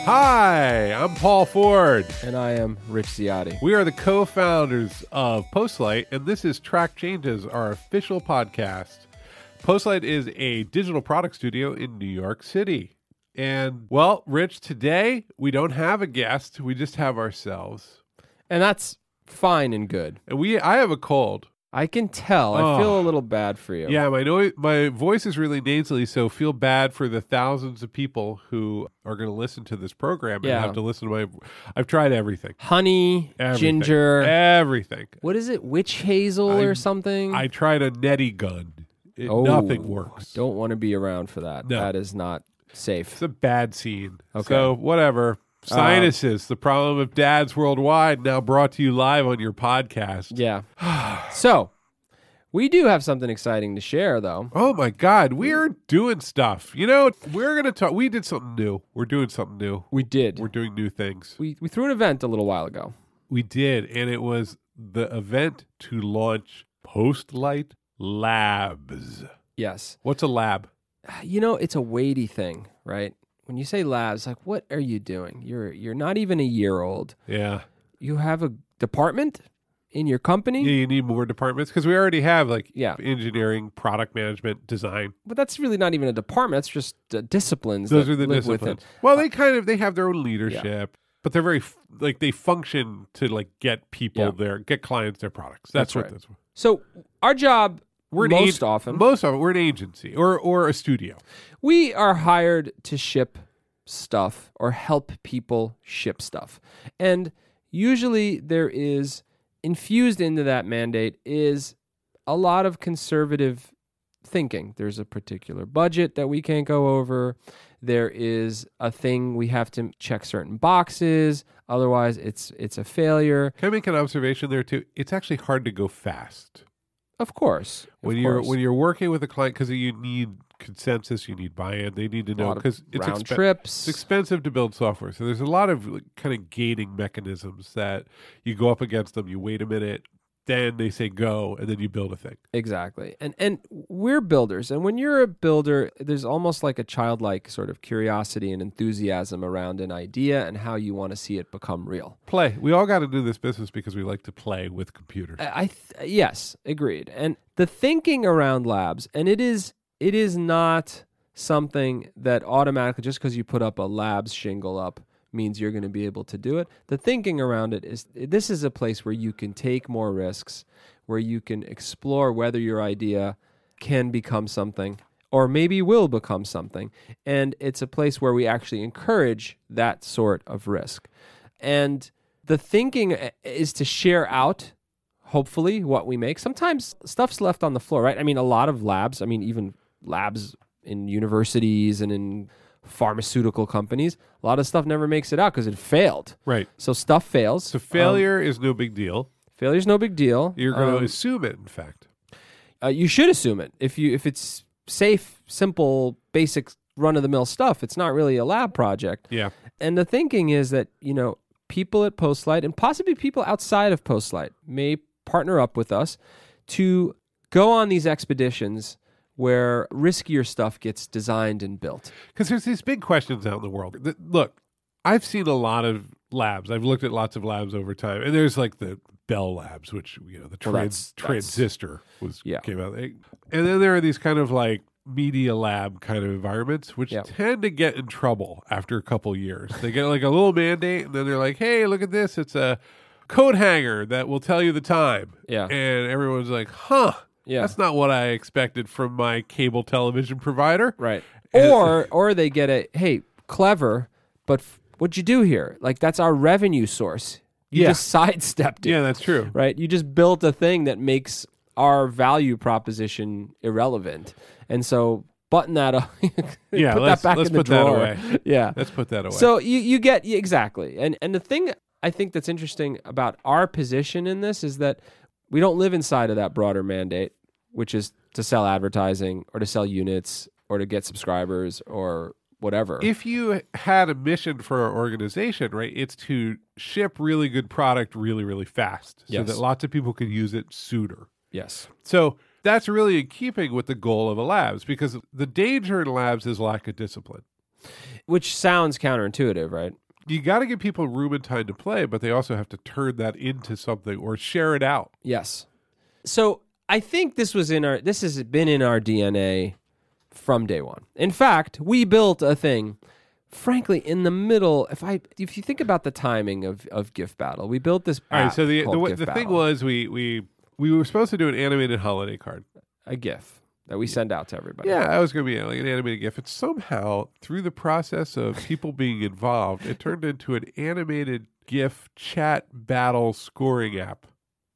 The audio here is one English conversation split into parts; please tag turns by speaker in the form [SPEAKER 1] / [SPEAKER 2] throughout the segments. [SPEAKER 1] Hi, I'm Paul Ford.
[SPEAKER 2] And I am Rich Ciotti.
[SPEAKER 1] We are the co founders of Postlight, and this is Track Changes, our official podcast. Postlight is a digital product studio in New York City. And, well, Rich, today we don't have a guest, we just have ourselves.
[SPEAKER 2] And that's fine and good.
[SPEAKER 1] And we, I have a cold.
[SPEAKER 2] I can tell. I feel a little bad for you.
[SPEAKER 1] Oh. Yeah, my no- my voice is really nasally, so feel bad for the thousands of people who are going to listen to this program and
[SPEAKER 2] Yeah.
[SPEAKER 1] have to listen to my. I've tried everything,
[SPEAKER 2] Honey,
[SPEAKER 1] everything
[SPEAKER 2] ginger.
[SPEAKER 1] everything.
[SPEAKER 2] what is it? Witch hazel
[SPEAKER 1] I-
[SPEAKER 2] or something?
[SPEAKER 1] I tried a neti gun. It,
[SPEAKER 2] Oh,
[SPEAKER 1] nothing works.
[SPEAKER 2] Don't want to be around for that.
[SPEAKER 1] No.
[SPEAKER 2] That is not safe.
[SPEAKER 1] It's a bad scene.
[SPEAKER 2] Okay.
[SPEAKER 1] So
[SPEAKER 2] Uh,
[SPEAKER 1] whatever. Sinuses, the problem of dads worldwide, now brought to you live on your podcast.
[SPEAKER 2] Yeah. so, we do have something exciting to share, though.
[SPEAKER 1] Oh my God, we're doing stuff. You know, we're gonna talk. We did something new. We're doing something new.
[SPEAKER 2] We did.
[SPEAKER 1] We're doing new things.
[SPEAKER 2] We, we threw an event a little while ago.
[SPEAKER 1] We did, and it was the event to launch Postlight Labs.
[SPEAKER 2] Yes.
[SPEAKER 1] What's a lab?
[SPEAKER 2] You know, it's a weighty thing, right? When you say labs, like, what are you doing? You're you're not even a year old.
[SPEAKER 1] Yeah,
[SPEAKER 2] You have a department in your company.
[SPEAKER 1] yeah you need more departments because we already have like
[SPEAKER 2] Mm. Yeah.
[SPEAKER 1] engineering, product management, design.
[SPEAKER 2] but that's really not even a department. That's just uh, disciplines.
[SPEAKER 1] Those
[SPEAKER 2] that
[SPEAKER 1] are the
[SPEAKER 2] live
[SPEAKER 1] disciplines.
[SPEAKER 2] With
[SPEAKER 1] Well, they kind of they have their own leadership, but they're very f- like they function to like get people
[SPEAKER 2] Yeah.
[SPEAKER 1] their get clients their products. That's,
[SPEAKER 2] That's
[SPEAKER 1] what
[SPEAKER 2] right.
[SPEAKER 1] that's what.
[SPEAKER 2] it. So our job,
[SPEAKER 1] We're an
[SPEAKER 2] most
[SPEAKER 1] ag-
[SPEAKER 2] often,
[SPEAKER 1] Most of it, we're an agency or or a studio.
[SPEAKER 2] we are hired to ship stuff or help people ship stuff, and usually there is infused into that mandate is a lot of conservative thinking. There's a particular budget that we can't go over. There is a thing we have to check certain boxes. Otherwise, it's it's a failure.
[SPEAKER 1] Can I make an observation there too? It's actually hard to go fast.
[SPEAKER 2] Of course.
[SPEAKER 1] when
[SPEAKER 2] of
[SPEAKER 1] you're
[SPEAKER 2] course.
[SPEAKER 1] when you're working with a client because you need consensus, you need buy-in. They need to know
[SPEAKER 2] lot of
[SPEAKER 1] because it's,
[SPEAKER 2] round
[SPEAKER 1] expen- it's
[SPEAKER 2] trips.
[SPEAKER 1] expensive to build software. So there's a lot of like, kind of gating mechanisms that you go up against them. You wait a minute, then they say go, and then you build a thing.
[SPEAKER 2] exactly. And and we're builders. And when you're a builder, there's almost like a childlike sort of curiosity and enthusiasm around an idea and how you want to see it become real.
[SPEAKER 1] Play. We all got into this business because we like to play with computers.
[SPEAKER 2] I, I th- yes, agreed. And the thinking around labs, and it is it is not something that automatically just because you put up a labs shingle up means you're going to be able to do it. The thinking around it is this is a place where you can take more risks, where you can explore whether your idea can become something or maybe will become something. And it's a place where we actually encourage that sort of risk. And the thinking uh, is to share out hopefully what we make sometimes stuff's left on the floor right i mean a lot of labs i mean even labs in universities and in pharmaceutical companies a lot of stuff never makes it out because it failed
[SPEAKER 1] right.
[SPEAKER 2] so stuff fails
[SPEAKER 1] So
[SPEAKER 2] Uh,
[SPEAKER 1] failure is no big deal.
[SPEAKER 2] failure's no big deal
[SPEAKER 1] You're going to
[SPEAKER 2] Um,
[SPEAKER 1] assume it. In fact,
[SPEAKER 2] uh, you should assume it if you if it's safe simple basic run-of-the-mill stuff it's not really a lab project
[SPEAKER 1] yeah.
[SPEAKER 2] and the thinking is that you know people at postlight and possibly people outside of postlight may partner up with us to go on these expeditions where riskier stuff gets designed and built
[SPEAKER 1] because there's these big questions out in the world. Th- Look, I've seen a lot of labs. I've looked at lots of labs over time, and there's like the Bell Labs, which you know the
[SPEAKER 2] Well,
[SPEAKER 1] trans-
[SPEAKER 2] that's- that's-
[SPEAKER 1] transistor was
[SPEAKER 2] Yeah.
[SPEAKER 1] came out, They- and then there are these kind of like media lab kind of environments, which
[SPEAKER 2] Yeah.
[SPEAKER 1] tend to get in trouble after a couple years. They get like a little mandate, and then they're like, "Hey, look at this! It's a coat hanger that will tell you the time."
[SPEAKER 2] Yeah.
[SPEAKER 1] and everyone's like, "Huh."
[SPEAKER 2] Yeah.
[SPEAKER 1] That's not what I expected from my cable television provider.
[SPEAKER 2] right or or they get a hey clever but f- what'd you do here like that's our revenue source you
[SPEAKER 1] Yeah.
[SPEAKER 2] just sidestepped it
[SPEAKER 1] Yeah, that's true.
[SPEAKER 2] right? You just built a thing that makes our value proposition irrelevant, and so button that up.
[SPEAKER 1] Yeah,
[SPEAKER 2] put
[SPEAKER 1] let's-
[SPEAKER 2] that back
[SPEAKER 1] let's
[SPEAKER 2] in the
[SPEAKER 1] put that
[SPEAKER 2] drawer.
[SPEAKER 1] away.
[SPEAKER 2] yeah.
[SPEAKER 1] Let's put that away.
[SPEAKER 2] So you you get yeah, exactly, and and the thing I think that's interesting about our position in this is that we don't live inside of that broader mandate, which is to sell advertising or to sell units or to get subscribers or whatever.
[SPEAKER 1] if you had a mission for our organization, right, it's to ship really good product really, really fast
[SPEAKER 2] Yes.
[SPEAKER 1] so that lots of people can use it sooner.
[SPEAKER 2] yes.
[SPEAKER 1] So that's really in keeping with the goal of a labs because the danger in labs is lack of discipline.
[SPEAKER 2] which sounds counterintuitive, right?
[SPEAKER 1] You got to give people room and time to play, but they also have to turn that into something or share it out.
[SPEAKER 2] Yes. So I think this was in our this has been in our DNA from day one. In fact, we built a thing. Frankly, in the middle, if I if you think about the timing of of Gift Battle, we built this.
[SPEAKER 1] All right. So
[SPEAKER 2] app
[SPEAKER 1] the
[SPEAKER 2] called
[SPEAKER 1] the, the,
[SPEAKER 2] Gift
[SPEAKER 1] the thing
[SPEAKER 2] Battle,
[SPEAKER 1] was we we we were supposed to do an animated holiday card.
[SPEAKER 2] a GIF that we send out to everybody.
[SPEAKER 1] Yeah, I was going to be like an animated GIF, and somehow through the process of people being involved, it turned into an animated GIF chat battle scoring app.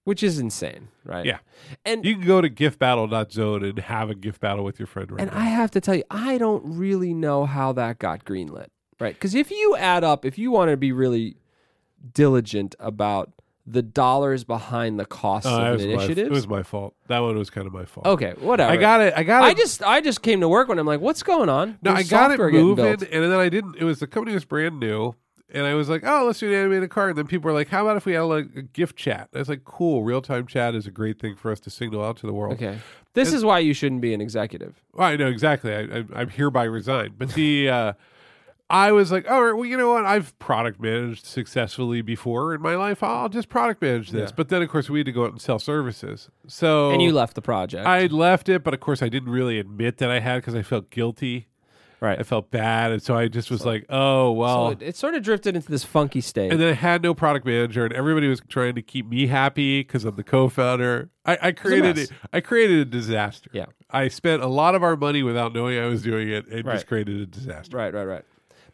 [SPEAKER 2] which is insane, right?
[SPEAKER 1] Yeah.
[SPEAKER 2] and
[SPEAKER 1] You can go to gifbattle.zone and have a GIF battle with your friend right
[SPEAKER 2] and
[SPEAKER 1] now.
[SPEAKER 2] I have to tell you, I don't really know how that got greenlit, right? Because if you add up, if you want to be really diligent about the dollars behind the costs
[SPEAKER 1] Uh, it
[SPEAKER 2] of
[SPEAKER 1] was
[SPEAKER 2] an
[SPEAKER 1] my-
[SPEAKER 2] initiative,
[SPEAKER 1] it was my fault. That one was kind of my fault.
[SPEAKER 2] okay, whatever.
[SPEAKER 1] I got it. I got it.
[SPEAKER 2] Oh, I just I just came to work when I'm like, what's going on?
[SPEAKER 1] no, I
[SPEAKER 2] There's
[SPEAKER 1] got it
[SPEAKER 2] software getting
[SPEAKER 1] moving, and
[SPEAKER 2] built.
[SPEAKER 1] then I didn't. It was the company was brand new, and I was like, "Oh, let's do an animated card." And then people were like, "How about if we had like a gift chat?" I was like, "Cool, real time chat is a great thing for us to signal out to the world."
[SPEAKER 2] Okay, this is why you shouldn't be an executive.
[SPEAKER 1] Well, I know exactly. I, I, I'm hereby resigned. But the, uh, I was like, all right, well, you know what? I've product managed successfully before in my life. I'll just product manage this. But then, of course, we had to go out and sell services. So
[SPEAKER 2] And you left the project,
[SPEAKER 1] Oh. I left it, but of course, I didn't really admit that I had because I felt guilty.
[SPEAKER 2] right?
[SPEAKER 1] I felt bad, and so I just was like, oh well.
[SPEAKER 2] so it, it sort of drifted into this funky state.
[SPEAKER 1] and then I had no product manager, and everybody was trying to keep me happy because I'm the co-founder. I, I created
[SPEAKER 2] mess.
[SPEAKER 1] it. I created a disaster.
[SPEAKER 2] Yeah.
[SPEAKER 1] I spent a lot of our money without knowing I was doing it, and
[SPEAKER 2] Right.
[SPEAKER 1] just created a disaster.
[SPEAKER 2] Right, right, right.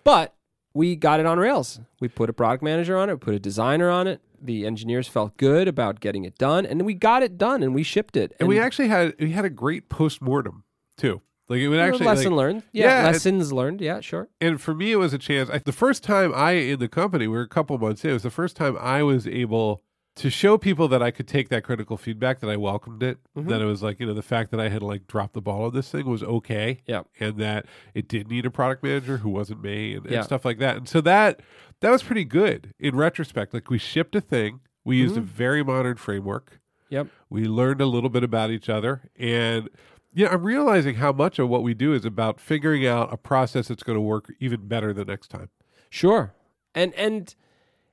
[SPEAKER 2] But we got it on rails. We put a product manager on it, put a designer on it. The engineers felt good about getting it done, and we got it done, and we shipped it.
[SPEAKER 1] And we actually had we had a great post-mortem too. Like it would actually
[SPEAKER 2] lesson
[SPEAKER 1] like-
[SPEAKER 2] learned. Yeah,
[SPEAKER 1] Yeah, it-
[SPEAKER 2] lessons learned. Yeah, sure.
[SPEAKER 1] and for me it was a chance. I, the first time I in the company, we were a couple months in. It was the first time I was able to show people that I could take that critical feedback, that I welcomed it,
[SPEAKER 2] Mm-hmm.
[SPEAKER 1] that it was like you know the fact that I had like dropped the ball on this thing was okay.
[SPEAKER 2] Yeah.
[SPEAKER 1] and that it did need a product manager who wasn't me and, and
[SPEAKER 2] Yeah.
[SPEAKER 1] stuff like that. And so that that was pretty good in retrospect. Like we shipped a thing, we used a
[SPEAKER 2] Mm-hmm.
[SPEAKER 1] very modern framework.
[SPEAKER 2] Yep.
[SPEAKER 1] We learned a little bit about each other and yeah, I'm realizing how much of what we do is about figuring out a process that's going to work even better the next time.
[SPEAKER 2] Sure. And and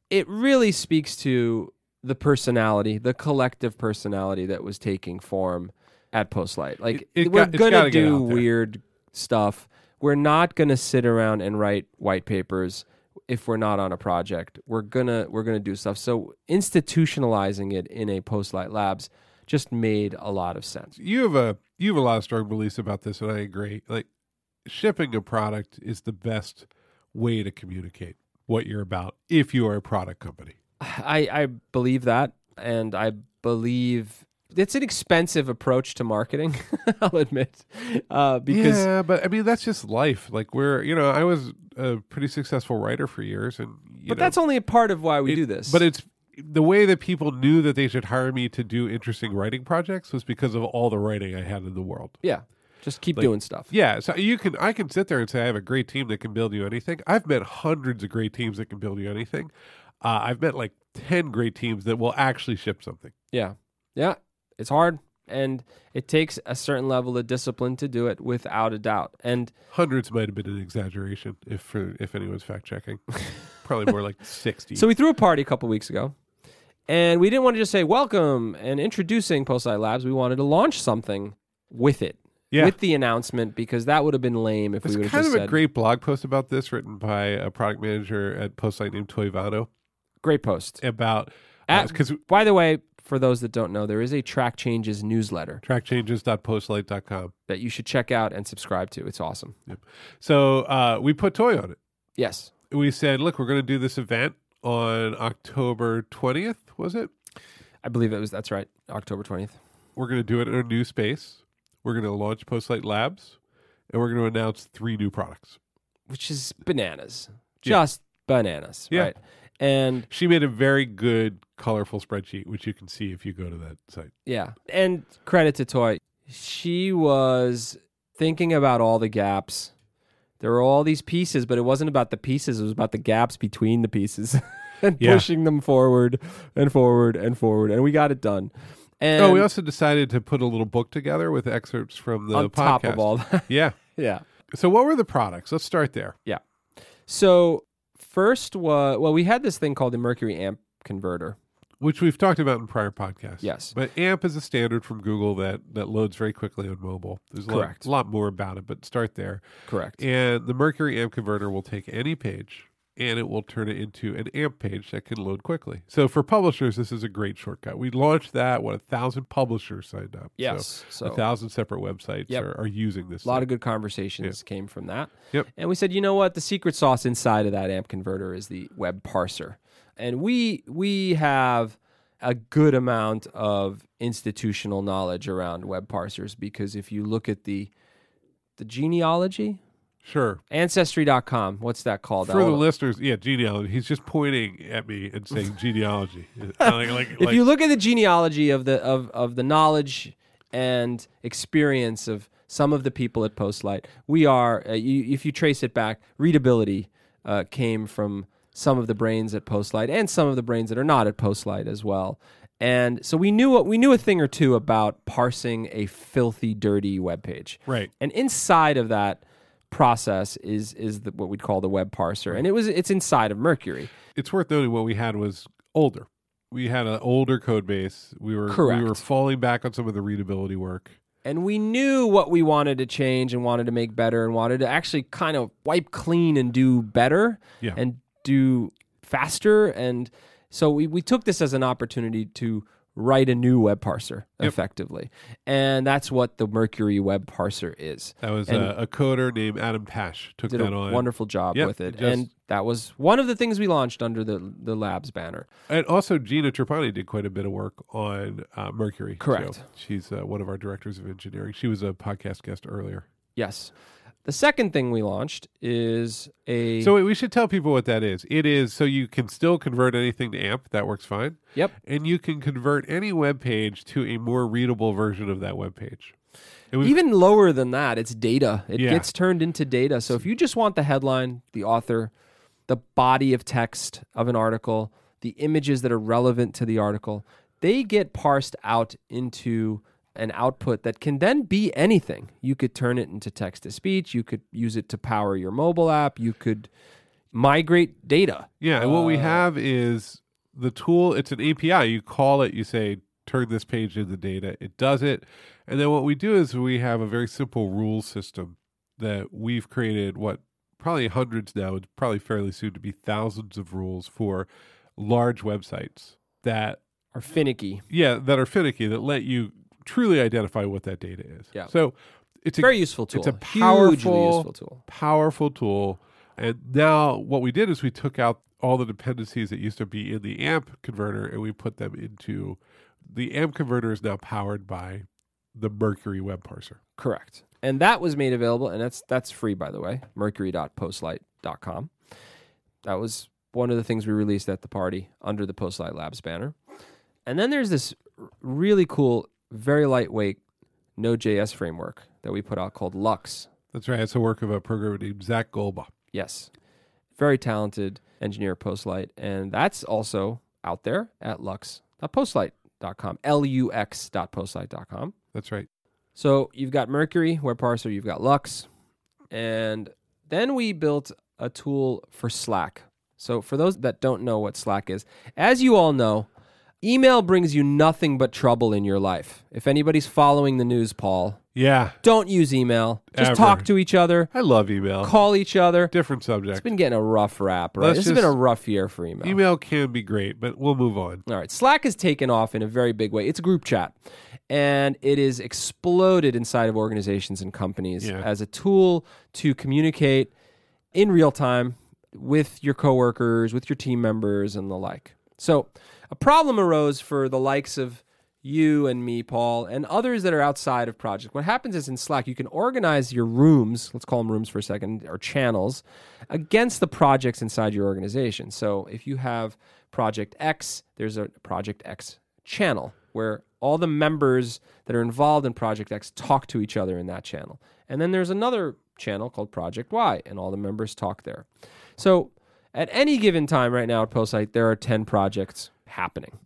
[SPEAKER 2] it really speaks to the personality, the collective personality that was taking form at Postlight. Like
[SPEAKER 1] It- it
[SPEAKER 2] we're
[SPEAKER 1] got- it's
[SPEAKER 2] gonna
[SPEAKER 1] gotta get
[SPEAKER 2] do
[SPEAKER 1] out there.
[SPEAKER 2] weird stuff. We're not gonna sit around and write white papers if we're not on a project. We're gonna we're gonna do stuff. So institutionalizing it in a Postlight Labs just made a lot of sense.
[SPEAKER 1] You have a you have a lot of strong beliefs about this and I agree. Like shipping a product is the best way to communicate what you're about if you are a product company.
[SPEAKER 2] I, I believe that, and I believe it's an expensive approach to marketing. I'll admit, uh, because
[SPEAKER 1] yeah, but I mean that's just life. Like we're you know I was a pretty successful writer for years, and you
[SPEAKER 2] but
[SPEAKER 1] know,
[SPEAKER 2] that's only a part of why we do this.
[SPEAKER 1] but it's the way that people knew that they should hire me to do interesting writing projects was because of all the writing I had in the world.
[SPEAKER 2] yeah, just keep doing stuff.
[SPEAKER 1] Yeah, so you can I can sit there and say I have a great team that can build you anything. I've met hundreds of great teams that can build you anything. Uh, I've met like ten great teams that will actually ship something.
[SPEAKER 2] Yeah, yeah, it's hard, and it takes a certain level of discipline to do it, without a doubt. And
[SPEAKER 1] Hundreds might have been an exaggeration if for, if anyone's fact checking. Probably more like sixty.
[SPEAKER 2] so we threw a party a couple weeks ago. And we didn't want to just say welcome and introducing Postlight Labs. We wanted to launch something with it,
[SPEAKER 1] Yeah.
[SPEAKER 2] with the announcement, because that would have been lame if
[SPEAKER 1] There's
[SPEAKER 2] we would have
[SPEAKER 1] kind
[SPEAKER 2] just
[SPEAKER 1] of
[SPEAKER 2] said,
[SPEAKER 1] a great blog post about this written by a product manager at Postlight named Toivano
[SPEAKER 2] Great post.
[SPEAKER 1] about uh,
[SPEAKER 2] At-
[SPEAKER 1] because
[SPEAKER 2] By the way, for those that don't know, there is a track changes newsletter
[SPEAKER 1] trackchanges.postlight.com.
[SPEAKER 2] that you should check out and subscribe to. It's awesome.
[SPEAKER 1] So uh, we put Toy on it.
[SPEAKER 2] Yes.
[SPEAKER 1] We said, look, we're going to do this event on October 20th, was it?
[SPEAKER 2] I believe it was that's right. October 20th.
[SPEAKER 1] We're going to do it in a new space. We're going to launch Postlight Labs and we're going to announce three new products.
[SPEAKER 2] Which is bananas.
[SPEAKER 1] Yeah.
[SPEAKER 2] Just bananas,
[SPEAKER 1] Yeah.
[SPEAKER 2] right? And
[SPEAKER 1] She made a very good, colorful spreadsheet, which you can see if you go to that site.
[SPEAKER 2] yeah. And credit to Toy. She was thinking about all the gaps. There were all these pieces, but it wasn't about the pieces, it was about the gaps between the pieces and
[SPEAKER 1] Yeah.
[SPEAKER 2] pushing them forward and forward and forward. And we got it done. And
[SPEAKER 1] oh, we also decided to put a little book together with excerpts from the
[SPEAKER 2] on
[SPEAKER 1] podcast.
[SPEAKER 2] top of all that.
[SPEAKER 1] yeah.
[SPEAKER 2] yeah.
[SPEAKER 1] So, what were the products? Let's start there.
[SPEAKER 2] So first was well, we had this thing called the mercury amp converter.
[SPEAKER 1] which we've talked about in prior podcasts.
[SPEAKER 2] Yes.
[SPEAKER 1] but AMP is a standard from Google that that loads very quickly on mobile. There's a lot,
[SPEAKER 2] Correct.
[SPEAKER 1] lot more about it, but start there.
[SPEAKER 2] Correct.
[SPEAKER 1] And the Mercury AMP converter will take any page and it will turn it into an AMP page that can load quickly. So for publishers, this is a great shortcut. We launched that. What a thousand publishers signed up. So
[SPEAKER 2] yes. So,
[SPEAKER 1] a thousand separate websites
[SPEAKER 2] Yep.
[SPEAKER 1] are, are using this.
[SPEAKER 2] a lot of good conversations came from that.
[SPEAKER 1] Yep.
[SPEAKER 2] And we said, you know what? The secret sauce inside of that amp converter is the web parser. And we we have a good amount of institutional knowledge around web parsers because if you look at the the genealogy,
[SPEAKER 1] sure.
[SPEAKER 2] ancestry.com, what's that called?
[SPEAKER 1] For the
[SPEAKER 2] All-
[SPEAKER 1] listeners, yeah, genealogy. He's just pointing at me and saying genealogy. like, like,
[SPEAKER 2] if
[SPEAKER 1] like-
[SPEAKER 2] you look at the genealogy of the of, of the knowledge and experience of some of the people at Postlight, we are. Uh, you, if you trace it back, readability uh, came from some of the brains at Postlight and some of the brains that are not at Postlight as well. And so we knew we knew a thing or two about parsing a filthy, dirty web page.
[SPEAKER 1] right.
[SPEAKER 2] And inside of that process is is the, what we'd call the web parser, and it was it's inside of Mercury.
[SPEAKER 1] it's worth noting what we had was older. We had an older code base. We were we were
[SPEAKER 2] Correct.
[SPEAKER 1] falling back on some of the readability work.
[SPEAKER 2] and we knew what we wanted to change and wanted to make better and wanted to actually kind of wipe clean and do better
[SPEAKER 1] Yeah.
[SPEAKER 2] and do faster and so we, we took this as an opportunity to write a new web parser effectively and that's what the mercury web parser is
[SPEAKER 1] That was
[SPEAKER 2] And-
[SPEAKER 1] a, a coder named Adam Pash took
[SPEAKER 2] did
[SPEAKER 1] that
[SPEAKER 2] a
[SPEAKER 1] on.
[SPEAKER 2] wonderful job
[SPEAKER 1] Yep,
[SPEAKER 2] with it
[SPEAKER 1] it just-
[SPEAKER 2] and that was one of the things we launched under the the labs banner
[SPEAKER 1] And also Gina Trapani did quite a bit of work on uh, Mercury.
[SPEAKER 2] Correct.
[SPEAKER 1] So she's uh, one of our directors of engineering. She was a podcast guest earlier.
[SPEAKER 2] yes the second thing we launched is a
[SPEAKER 1] So wait, we should tell people what that is. It is so you can still convert anything to AMP. That works fine.
[SPEAKER 2] yep
[SPEAKER 1] And you can convert any web page to a more readable version of that web page. It was
[SPEAKER 2] Even lower than that, it's data. It
[SPEAKER 1] Yeah.
[SPEAKER 2] gets turned into data. So if you just want the headline, the author, the body of text of an article, the images that are relevant to the article, they get parsed out into an output that can then be anything. You could turn it into text to speech, you could use it to power your mobile app, you could migrate data.
[SPEAKER 1] Yeah, and what
[SPEAKER 2] Uh,
[SPEAKER 1] we have is the tool. It's an API. You call it. You say, "Turn this page into data." It does it, and then what we do is we have a very simple rule system that we've created. What probably hundreds now, and probably fairly soon to be thousands of rules for large websites that
[SPEAKER 2] Or finicky.
[SPEAKER 1] yeah that are finicky that let you truly identify what that data is.
[SPEAKER 2] Yeah.
[SPEAKER 1] So it's a
[SPEAKER 2] Very useful tool.
[SPEAKER 1] it's a
[SPEAKER 2] hugely
[SPEAKER 1] powerful-
[SPEAKER 2] useful tool.
[SPEAKER 1] powerful tool. And now what we did is we took out all the dependencies that used to be in the AMP converter and we put them into the AMP converter is now powered by the Mercury web parser.
[SPEAKER 2] Correct. And that was made available, and that's that's free by the way. Mercury.postlight.com. That was one of the things we released at the party under the Postlight Labs banner. And then there's this r- really cool, very lightweight Node.js framework that we put out called Lux.
[SPEAKER 1] That's right. It's a work of a programmer named Zach Golba.
[SPEAKER 2] Yes. Very talented engineer at Postlight. And that's also out there at lux.postlight.com. L U X dot postlight dot com.
[SPEAKER 1] That's right.
[SPEAKER 2] So you've got Mercury, web parser, you've got Lux, and then we built a tool for Slack. So for those that don't know what Slack is, as you all know, email brings you nothing but trouble in your life. If anybody's following the news, Paul,
[SPEAKER 1] Yeah.
[SPEAKER 2] don't use email. Just
[SPEAKER 1] Ever.
[SPEAKER 2] talk to each other,
[SPEAKER 1] I love email.
[SPEAKER 2] call each other.
[SPEAKER 1] Different subject.
[SPEAKER 2] It's been getting a rough rap, right?
[SPEAKER 1] Let's
[SPEAKER 2] this has been a
[SPEAKER 1] just-
[SPEAKER 2] rough year for email.
[SPEAKER 1] Email can be great, but we'll move on.
[SPEAKER 2] All right. Slack has taken off in a very big way. It's a group chat and it is exploded inside of organizations and companies
[SPEAKER 1] Yeah.
[SPEAKER 2] as a tool to communicate in real time with your coworkers, with your team members, and the like. So, a problem arose for the likes of you and me, Paul, and others that are outside of project. What happens is in Slack, you can organize your rooms, let's call them rooms for a second, or channels, against the projects inside your organization. So, if you have Project X, there's a Project X channel where all the members that are involved in Project X talk to each other in that channel. And then there's another channel called Project Y, and all the members talk there. So at any given time right now at Postlight, there are 10 projects happening.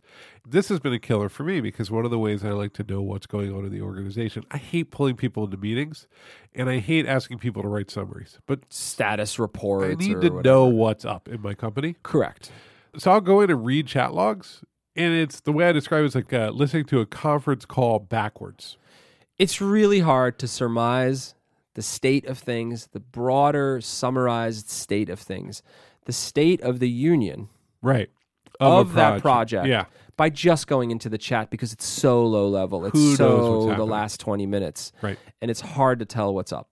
[SPEAKER 1] This has been a killer for me because one of the ways I like to know what's going on in the organization, I hate pulling people into meetings and I hate asking people to write summaries, but
[SPEAKER 2] Status reports.
[SPEAKER 1] I
[SPEAKER 2] or
[SPEAKER 1] need to
[SPEAKER 2] whatever.
[SPEAKER 1] know what's up in my company.
[SPEAKER 2] Correct.
[SPEAKER 1] so I'll go in and read chat logs, and it's the way I describe it is like uh, listening to a conference call backwards.
[SPEAKER 2] It's really hard to surmise the state of things, the broader summarized state of things, the state of the union
[SPEAKER 1] Right.
[SPEAKER 2] of,
[SPEAKER 1] a
[SPEAKER 2] that project
[SPEAKER 1] Yeah.
[SPEAKER 2] by just going into the chat because it's so low level. It's
[SPEAKER 1] Who knows what's
[SPEAKER 2] so the
[SPEAKER 1] happening?
[SPEAKER 2] last 20 minutes.
[SPEAKER 1] Right.
[SPEAKER 2] And it's hard to tell what's up.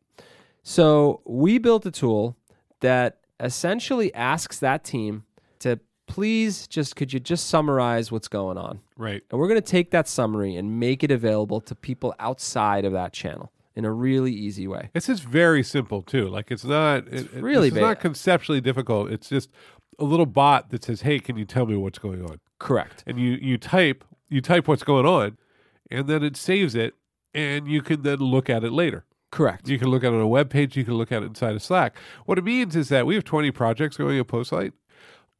[SPEAKER 2] So we built a tool that essentially asks that team to please just could you just summarize what's going on?
[SPEAKER 1] Right.
[SPEAKER 2] And we're going to take that summary and make it available to people outside of that channel in a really easy way.
[SPEAKER 1] It's just very simple too. Like it's not. It's
[SPEAKER 2] really
[SPEAKER 1] It's not
[SPEAKER 2] ba-
[SPEAKER 1] conceptually difficult. It's just a little bot that says, "Hey, can you tell me what's going on?"
[SPEAKER 2] Correct.
[SPEAKER 1] And you you type you type what's going on, and then it saves it, and you can then look at it later.
[SPEAKER 2] Correct.
[SPEAKER 1] You can look at it on a web page. You can look at it inside of Slack. What it means is that we have 20 projects going at Postlight.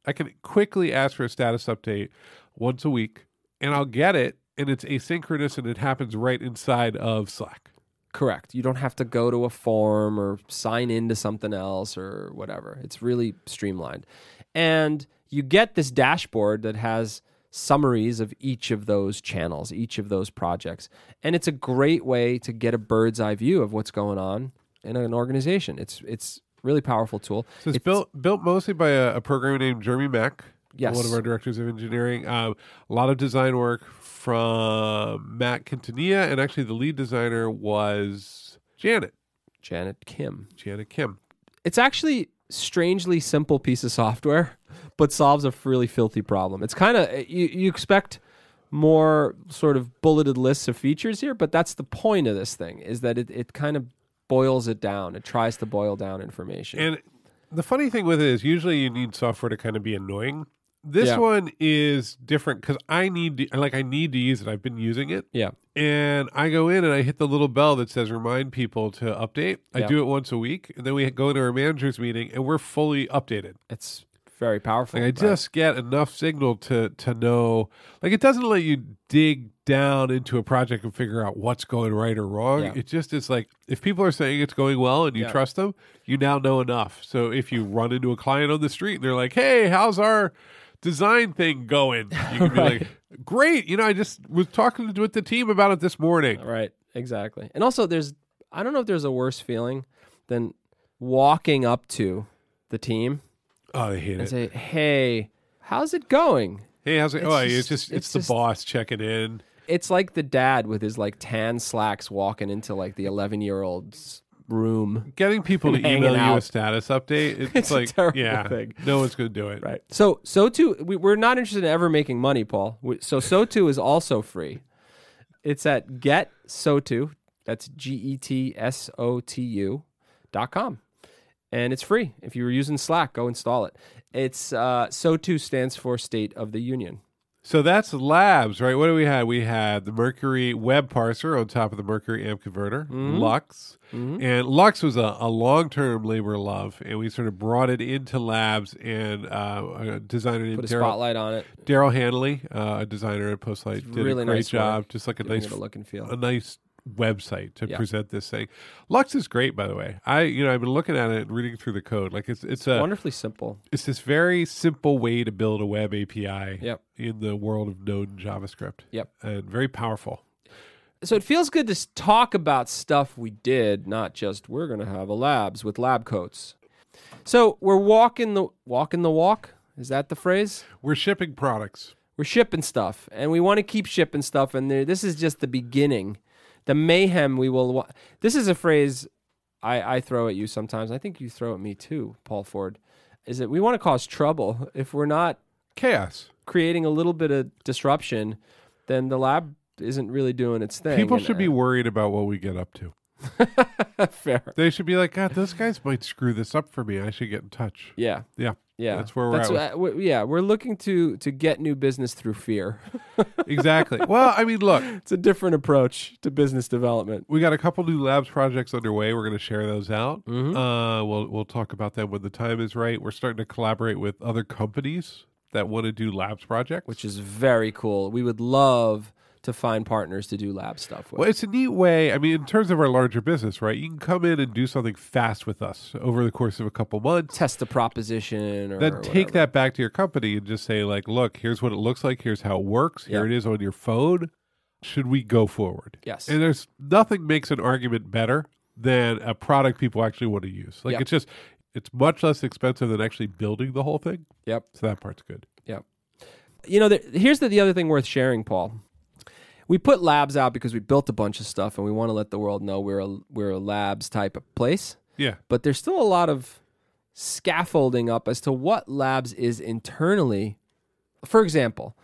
[SPEAKER 1] I can quickly ask for a status update once a week, and I'll get it, and it's asynchronous, and it happens right inside of Slack.
[SPEAKER 2] Correct. You don't have to go to a form or sign into something else or whatever. It's really streamlined. And you get this dashboard that has summaries of each of those channels, each of those projects. And it's a great way to get a bird's eye view of what's going on in an organization. It's it's really powerful tool.
[SPEAKER 1] So it's, built built mostly by a, a programmer named Jeremy Mack,
[SPEAKER 2] Yes.
[SPEAKER 1] one of our directors of engineering. Um, a lot of design work from Matt Quintanilla, and actually the lead designer was Janet,
[SPEAKER 2] Janet Kim.
[SPEAKER 1] Janet Kim.
[SPEAKER 2] it's actually strangely simple piece of software, but solves a really filthy problem. It's kind of you, you expect more sort of bulleted lists of features here, but that's the point of this thing is that it, it kind of boils it down. It tries to boil down information.
[SPEAKER 1] And the funny thing with it is usually you need software to kind of be annoying. This
[SPEAKER 2] Yeah.
[SPEAKER 1] one is different because I need to, like I need to use it. I've been using it,
[SPEAKER 2] yeah,
[SPEAKER 1] and I go in and I hit the little bell that says remind people to update. I
[SPEAKER 2] Yeah.
[SPEAKER 1] do it once a week, and then we go into our managers meeting, and we're fully updated.
[SPEAKER 2] it's very powerful.
[SPEAKER 1] Like I
[SPEAKER 2] right?
[SPEAKER 1] just get enough signal to to know. Like it doesn't let you dig down into a project and figure out what's going right or wrong.
[SPEAKER 2] Yeah.
[SPEAKER 1] It just is like if people are saying it's going well and you
[SPEAKER 2] Yeah.
[SPEAKER 1] trust them, you now know enough. So if you run into a client on the street and they're like, "Hey, how's our design thing going?" You can be like, "Great, you know, I just was talking to, with the team about it this morning."
[SPEAKER 2] Right, exactly. And also, there's I don't know if there's a worse feeling than walking up to the team
[SPEAKER 1] Oh, they hate
[SPEAKER 2] and
[SPEAKER 1] it.
[SPEAKER 2] say, "Hey, how's it going?"
[SPEAKER 1] Hey, how's it?
[SPEAKER 2] it's
[SPEAKER 1] oh,
[SPEAKER 2] just-
[SPEAKER 1] it's just it's,
[SPEAKER 2] it's
[SPEAKER 1] the
[SPEAKER 2] just-
[SPEAKER 1] boss checking in.
[SPEAKER 2] It's like the dad with his like tan slacks walking into like the 11 year old's room.
[SPEAKER 1] Getting people to
[SPEAKER 2] Hanging
[SPEAKER 1] email you a
[SPEAKER 2] out.
[SPEAKER 1] status update. It's,
[SPEAKER 2] It's a
[SPEAKER 1] like
[SPEAKER 2] terrible
[SPEAKER 1] yeah,
[SPEAKER 2] thing.
[SPEAKER 1] no one's going to do it.
[SPEAKER 2] Right. So, so too, we, we're not interested in ever making money, Paul. We- So, so too is also free. It's at get so too. That's G E T S O T U dot com. And it's free. If you were using Slack, go install it. It's uh, so too stands for State of the Union.
[SPEAKER 1] So that's labs, right? What do we have? We had the Mercury web parser on top of the Mercury amp converter,
[SPEAKER 2] Mm-hmm.
[SPEAKER 1] Lux. And Lux was a, a long term labor of love. And we sort of brought it into labs and uh, a designer named
[SPEAKER 2] Put a
[SPEAKER 1] Daryl
[SPEAKER 2] spotlight on it.
[SPEAKER 1] Daryl Hanley, uh, a designer at Postlight, did
[SPEAKER 2] really
[SPEAKER 1] a great
[SPEAKER 2] nice work.
[SPEAKER 1] job. Just like a
[SPEAKER 2] Nice
[SPEAKER 1] nice
[SPEAKER 2] it a look and feel.
[SPEAKER 1] a nice website to
[SPEAKER 2] Yeah.
[SPEAKER 1] present this thing. Lux is great, by the way. I you know I've been looking at it and reading through the code. Like it's it's a
[SPEAKER 2] Wonderfully simple.
[SPEAKER 1] it's this very simple way to build a web API
[SPEAKER 2] Yep.
[SPEAKER 1] in the world of Node and JavaScript.
[SPEAKER 2] Yep.
[SPEAKER 1] And very powerful.
[SPEAKER 2] so it feels good to s- talk about stuff we did, not just we're going to have a labs with lab coats. So we're walking the walking the walk. Is that the phrase?
[SPEAKER 1] We're shipping products.
[SPEAKER 2] We're shipping stuff, and we want to keep shipping stuff. And there, this is just the beginning. The mayhem we will. Wa- this is a phrase I, I throw at you sometimes. I think you throw at me too, Paul Ford. Is that we want to cause trouble if we're not
[SPEAKER 1] Chaos.
[SPEAKER 2] creating a little bit of disruption, then the lab isn't really doing its thing.
[SPEAKER 1] People
[SPEAKER 2] And,
[SPEAKER 1] should be worried about what we get up to.
[SPEAKER 2] uh, fair.
[SPEAKER 1] They should be like, God, those guys might screw this up for me. I should get in touch.
[SPEAKER 2] Yeah.
[SPEAKER 1] Yeah.
[SPEAKER 2] Yeah,
[SPEAKER 1] That's where we're at
[SPEAKER 2] what- uh, we- yeah, we're looking to to get new business through fear.
[SPEAKER 1] Exactly. well, I mean, look,
[SPEAKER 2] It's a different approach to business development.
[SPEAKER 1] we got a couple new labs projects underway. We're going to share those out.
[SPEAKER 2] Mm-hmm.
[SPEAKER 1] Uh, we'll we'll talk about them when the time is right. We're starting to collaborate with other companies that want to do labs projects.
[SPEAKER 2] which is very cool. We would love to find partners to do lab stuff with.
[SPEAKER 1] well, it's a neat way. I mean, in terms of our larger business, right? You can come in and do something fast with us over the course of a couple months.
[SPEAKER 2] Test the proposition or
[SPEAKER 1] Then take
[SPEAKER 2] whatever.
[SPEAKER 1] that back to your company and just say, like, look, here's what it looks like. Here's how it works. Here
[SPEAKER 2] Yeah.
[SPEAKER 1] it is on your phone. Should we go forward?
[SPEAKER 2] Yes.
[SPEAKER 1] And there's nothing makes an argument better than a product people actually want to use. Like
[SPEAKER 2] Yep.
[SPEAKER 1] it's just it's much less expensive than actually building the whole thing.
[SPEAKER 2] Yep.
[SPEAKER 1] So that part's good.
[SPEAKER 2] you know, the, here's the, the other thing worth sharing, Paul. We put labs out because we built a bunch of stuff and we want to let the world know we're a, we're a labs type of place.
[SPEAKER 1] Yeah.
[SPEAKER 2] But there's still a lot of scaffolding up as to what labs is internally. For example,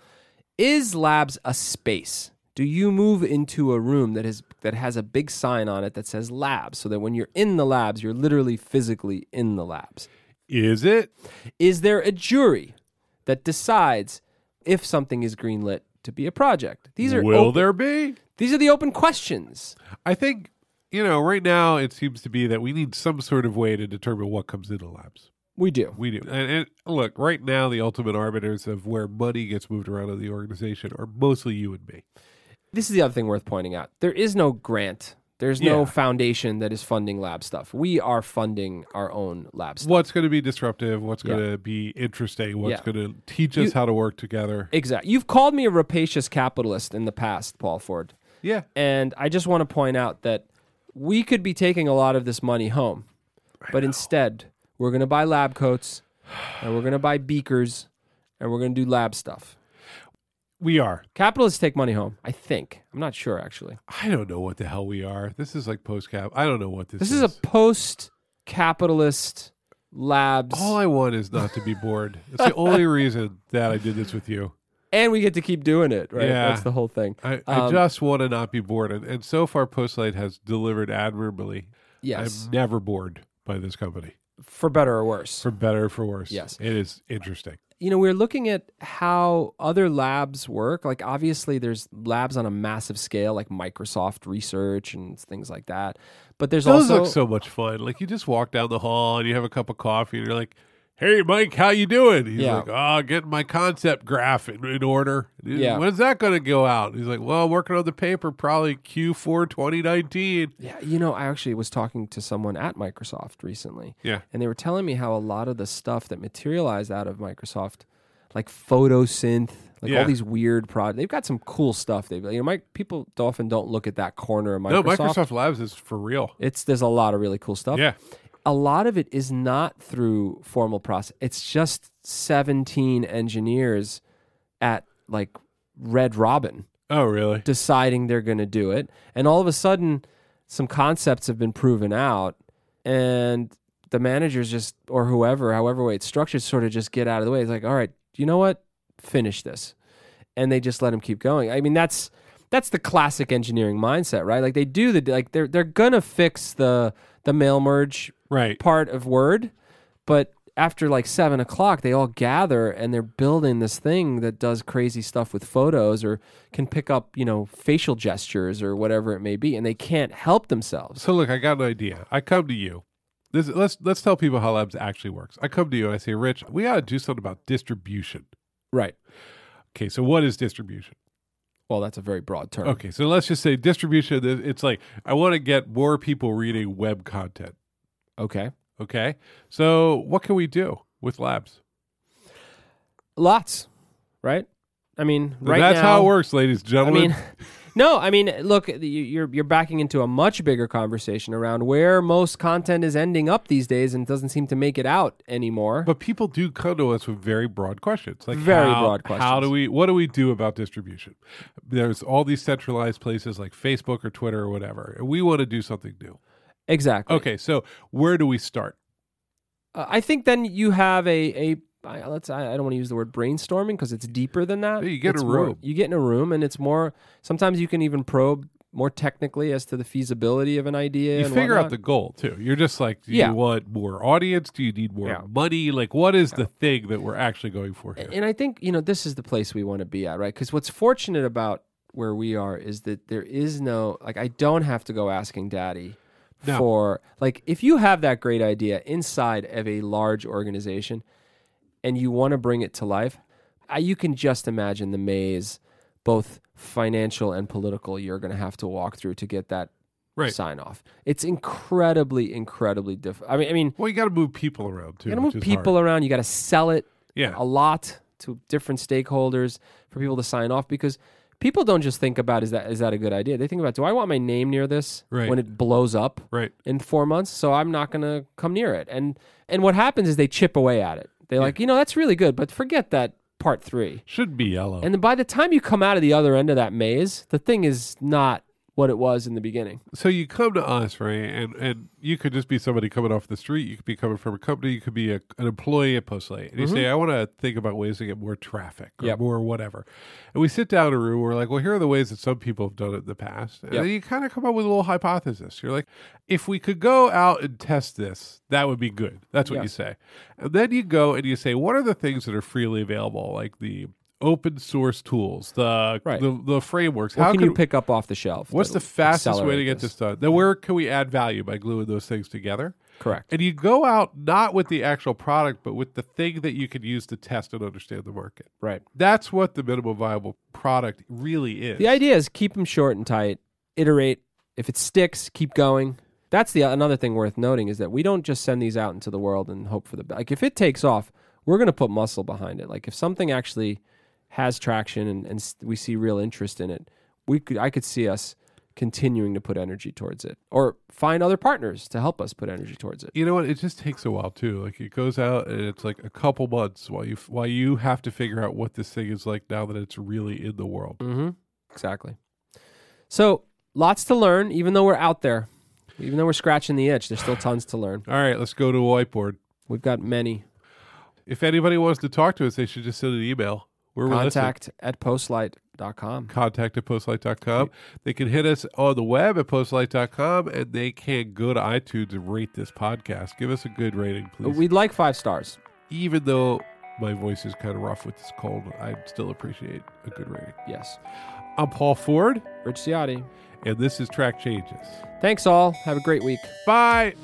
[SPEAKER 2] is labs a space? Do you move into a room that is that has a big sign on it that says labs so that when you're in the labs, you're literally physically in the labs?
[SPEAKER 1] Is it?
[SPEAKER 2] Is there a jury that decides if something is greenlit to be a project? These are
[SPEAKER 1] Will
[SPEAKER 2] open-
[SPEAKER 1] there be?
[SPEAKER 2] these are the open questions.
[SPEAKER 1] I think you know, right now it seems to be that we need some sort of way to determine what comes into labs.
[SPEAKER 2] We do.
[SPEAKER 1] We do. And, and look, right now the ultimate arbiters of where money gets moved around in the organization are mostly you and me.
[SPEAKER 2] This is the other thing worth pointing out. There is no grant. There's
[SPEAKER 1] Yeah.
[SPEAKER 2] no foundation that is funding lab stuff. We are funding our own lab stuff.
[SPEAKER 1] What's going to be disruptive? What's
[SPEAKER 2] Yeah.
[SPEAKER 1] going to be interesting? What's
[SPEAKER 2] Yeah.
[SPEAKER 1] going to teach us
[SPEAKER 2] You-
[SPEAKER 1] how to work together?
[SPEAKER 2] Exactly. You've called me a rapacious capitalist in the past, Paul Ford.
[SPEAKER 1] yeah.
[SPEAKER 2] And I just want to point out that we could be taking a lot of this money home, but instead, we're going to buy lab coats and we're going to buy beakers and we're going to do lab stuff.
[SPEAKER 1] We are.
[SPEAKER 2] Capitalists take money home, I think. I'm not sure, actually.
[SPEAKER 1] I don't know what the hell we are. This is like post cap. I don't know what this,
[SPEAKER 2] This is a post capitalist labs.
[SPEAKER 1] All I want is not to be bored. It's the only reason that I did this with you.
[SPEAKER 2] and we get to keep doing it, right?
[SPEAKER 1] Yeah.
[SPEAKER 2] That's the whole thing.
[SPEAKER 1] I, I
[SPEAKER 2] Um,
[SPEAKER 1] just want to not be bored. And, and so far, Postlight has delivered admirably.
[SPEAKER 2] Yes.
[SPEAKER 1] I'm never bored by this company,
[SPEAKER 2] For better or worse.
[SPEAKER 1] for better or for worse.
[SPEAKER 2] Yes.
[SPEAKER 1] It is interesting.
[SPEAKER 2] you know, we're looking at how other labs work. Like, obviously, there's labs on a massive scale, like Microsoft Research and things like that. But there's
[SPEAKER 1] Those
[SPEAKER 2] also
[SPEAKER 1] look so much fun. Like, you just walk down the hall and you have a cup of coffee and you're like, Hey Mike, how you doing? He's
[SPEAKER 2] Yeah.
[SPEAKER 1] like, oh, getting my concept graph in, in order.
[SPEAKER 2] Yeah.
[SPEAKER 1] When's that going to go out? He's like, well, I'm working on the paper probably Q4 2019.
[SPEAKER 2] yeah, you know, I actually was talking to someone at Microsoft recently,
[SPEAKER 1] Yeah.
[SPEAKER 2] and they were telling me how a lot of the stuff that materialized out of Microsoft, like photosynth, like
[SPEAKER 1] Yeah.
[SPEAKER 2] all these weird projects, they've got some cool stuff. They've, you know, my, people often don't look at that corner of
[SPEAKER 1] No, Microsoft Labs is for real.
[SPEAKER 2] It's there's a lot of really cool stuff.
[SPEAKER 1] Yeah.
[SPEAKER 2] a lot of it is not through formal process. It's just 17 engineers at like Red Robin
[SPEAKER 1] Oh, really?
[SPEAKER 2] deciding they're going to do it. And all of a sudden, some concepts have been proven out. And the managers just, or whoever, however way it's structured, sort of just get out of the way. It's like, all right, you know what? Finish this. And they just let them keep going. I mean, that's. That's the classic engineering mindset, right? Like they do the like they're they're gonna fix the the mail merge
[SPEAKER 1] Right.
[SPEAKER 2] part of Word, but after like seven o'clock, they all gather and they're building this thing that does crazy stuff with photos or can pick up, you know, facial gestures or whatever it may be, and they can't help themselves.
[SPEAKER 1] So look, I got an idea. I come to you. This, let's let's tell people how Labs actually works. I come to you and I say, Rich, we got to do something about distribution.
[SPEAKER 2] Right.
[SPEAKER 1] Okay, so what is distribution?
[SPEAKER 2] Well, that's a very broad term.
[SPEAKER 1] Okay, so let's just say distribution. is- It's like I want to get more people reading web content.
[SPEAKER 2] Okay.
[SPEAKER 1] Okay, so what can we do with Labs?
[SPEAKER 2] Lots, right? I mean, right
[SPEAKER 1] That's
[SPEAKER 2] now,
[SPEAKER 1] how it works, ladies and
[SPEAKER 2] I
[SPEAKER 1] gentlemen.
[SPEAKER 2] mean, no, I mean, look, you- you're you're backing into a much bigger conversation around where most content is ending up these days, and doesn't seem to make it out anymore.
[SPEAKER 1] but people do come to us with very broad questions, like
[SPEAKER 2] Very
[SPEAKER 1] how-
[SPEAKER 2] broad
[SPEAKER 1] How
[SPEAKER 2] questions.
[SPEAKER 1] do we? What do we do about distribution? There's all these centralized places like Facebook or Twitter or whatever. and We want to do something new.
[SPEAKER 2] exactly.
[SPEAKER 1] Okay, so where do we start?
[SPEAKER 2] Uh, I think then you have a a I- let's I I don't want to use the word brainstorming because it's deeper than that.
[SPEAKER 1] Yeah, you get in
[SPEAKER 2] It's
[SPEAKER 1] a
[SPEAKER 2] more-
[SPEAKER 1] room.
[SPEAKER 2] you get in a room, and it's more. Sometimes you can even probe more technically as to the feasibility of an idea.
[SPEAKER 1] You
[SPEAKER 2] and
[SPEAKER 1] figure out
[SPEAKER 2] whatnot.
[SPEAKER 1] the goal too. You're just like, do
[SPEAKER 2] Yeah.
[SPEAKER 1] you want more audience? Do you need more
[SPEAKER 2] Yeah.
[SPEAKER 1] money? Like, what is the thing that we're actually going for here?
[SPEAKER 2] And I think you know this is the place we want to be at, right? Because what's fortunate about where we are is that there is no like I don't have to go asking daddy
[SPEAKER 1] No.
[SPEAKER 2] for like if you have that great idea inside of a large organization and you want to bring it to life, I, you can just imagine the maze, both financial and political, you're going to have to walk through to get that
[SPEAKER 1] Right.
[SPEAKER 2] sign off. It's incredibly, incredibly difficult. I mean, I mean,
[SPEAKER 1] Well, you got to move people around too.
[SPEAKER 2] you got
[SPEAKER 1] which
[SPEAKER 2] to move
[SPEAKER 1] is hard.
[SPEAKER 2] people around. You got to sell it
[SPEAKER 1] Yeah.
[SPEAKER 2] a lot to different stakeholders for people to sign off because people don't just think about is that is that a good idea? They think about do I want my name near this
[SPEAKER 1] Right.
[SPEAKER 2] when it blows up
[SPEAKER 1] Right.
[SPEAKER 2] in four months? So I'm not going to come near it. And and what happens is they chip away at it. They're like, you know, that's really good, but forget that part three.
[SPEAKER 1] Should be yellow.
[SPEAKER 2] And then by the time you come out of the other end of that maze, the thing is not what it was in the beginning.
[SPEAKER 1] so you come to us, right? And and you could just be somebody coming off the street. You could be coming from a company. You could be a, an employee at Postlight, and you say, "I want to think about ways to get more traffic or
[SPEAKER 2] Mm-hmm. Yep.
[SPEAKER 1] more whatever." And we sit down in a room. We're like, "Well, here are the ways that some people have done it in the past." And
[SPEAKER 2] Yep.
[SPEAKER 1] then you kind of come up with a little hypothesis. You're like, "If we could go out and test this, that would be good." That's what you
[SPEAKER 2] Yes.
[SPEAKER 1] say. And then you go and you say, "What are the things that are freely available, like the open source tools, the
[SPEAKER 2] Right.
[SPEAKER 1] the, the frameworks?
[SPEAKER 2] What can
[SPEAKER 1] could
[SPEAKER 2] you pick up off the shelf?
[SPEAKER 1] What's the
[SPEAKER 2] that'll
[SPEAKER 1] fastest way to
[SPEAKER 2] accelerate
[SPEAKER 1] get this done? Then where can we add value by gluing those things together?
[SPEAKER 2] Correct.
[SPEAKER 1] And you go out not with the actual product, but with the thing that you can use to test and understand the market.
[SPEAKER 2] Right.
[SPEAKER 1] That's what the minimum viable product really is.
[SPEAKER 2] The idea is keep them short and tight, iterate. If it sticks, keep going. That's the another thing worth noting is that we don't just send these out into the world and hope for the best. Like if it takes off, we're going to put muscle behind it. Like if something actually has traction and, and s- we see real interest in it, we could I could see us continuing to put energy towards it or find other partners to help us put energy towards it.
[SPEAKER 1] You know what? It just takes a while too. Like it goes out and it's like a couple months while you while you have to figure out what this thing is like now that it's really in the world.
[SPEAKER 2] Mm-hmm. Exactly. So lots to learn, even though we're out there, even though we're scratching the itch, there's still tons to learn.
[SPEAKER 1] All right, let's go to a whiteboard.
[SPEAKER 2] We've got many.
[SPEAKER 1] If anybody wants to talk to us, they should just send an email. We're listening.
[SPEAKER 2] contact at postlight.com.
[SPEAKER 1] contact at postlight.com. They can hit us on the web at postlight.com and they can go to iTunes and rate this podcast. Give us a good rating, please.
[SPEAKER 2] We'd like five stars.
[SPEAKER 1] Even though my voice is kind of rough with this cold, I still appreciate a good rating.
[SPEAKER 2] Yes.
[SPEAKER 1] I'm Paul Ford,
[SPEAKER 2] Rich Ciotti.
[SPEAKER 1] and this is Track Changes.
[SPEAKER 2] Thanks all. Have a great week.
[SPEAKER 1] Bye.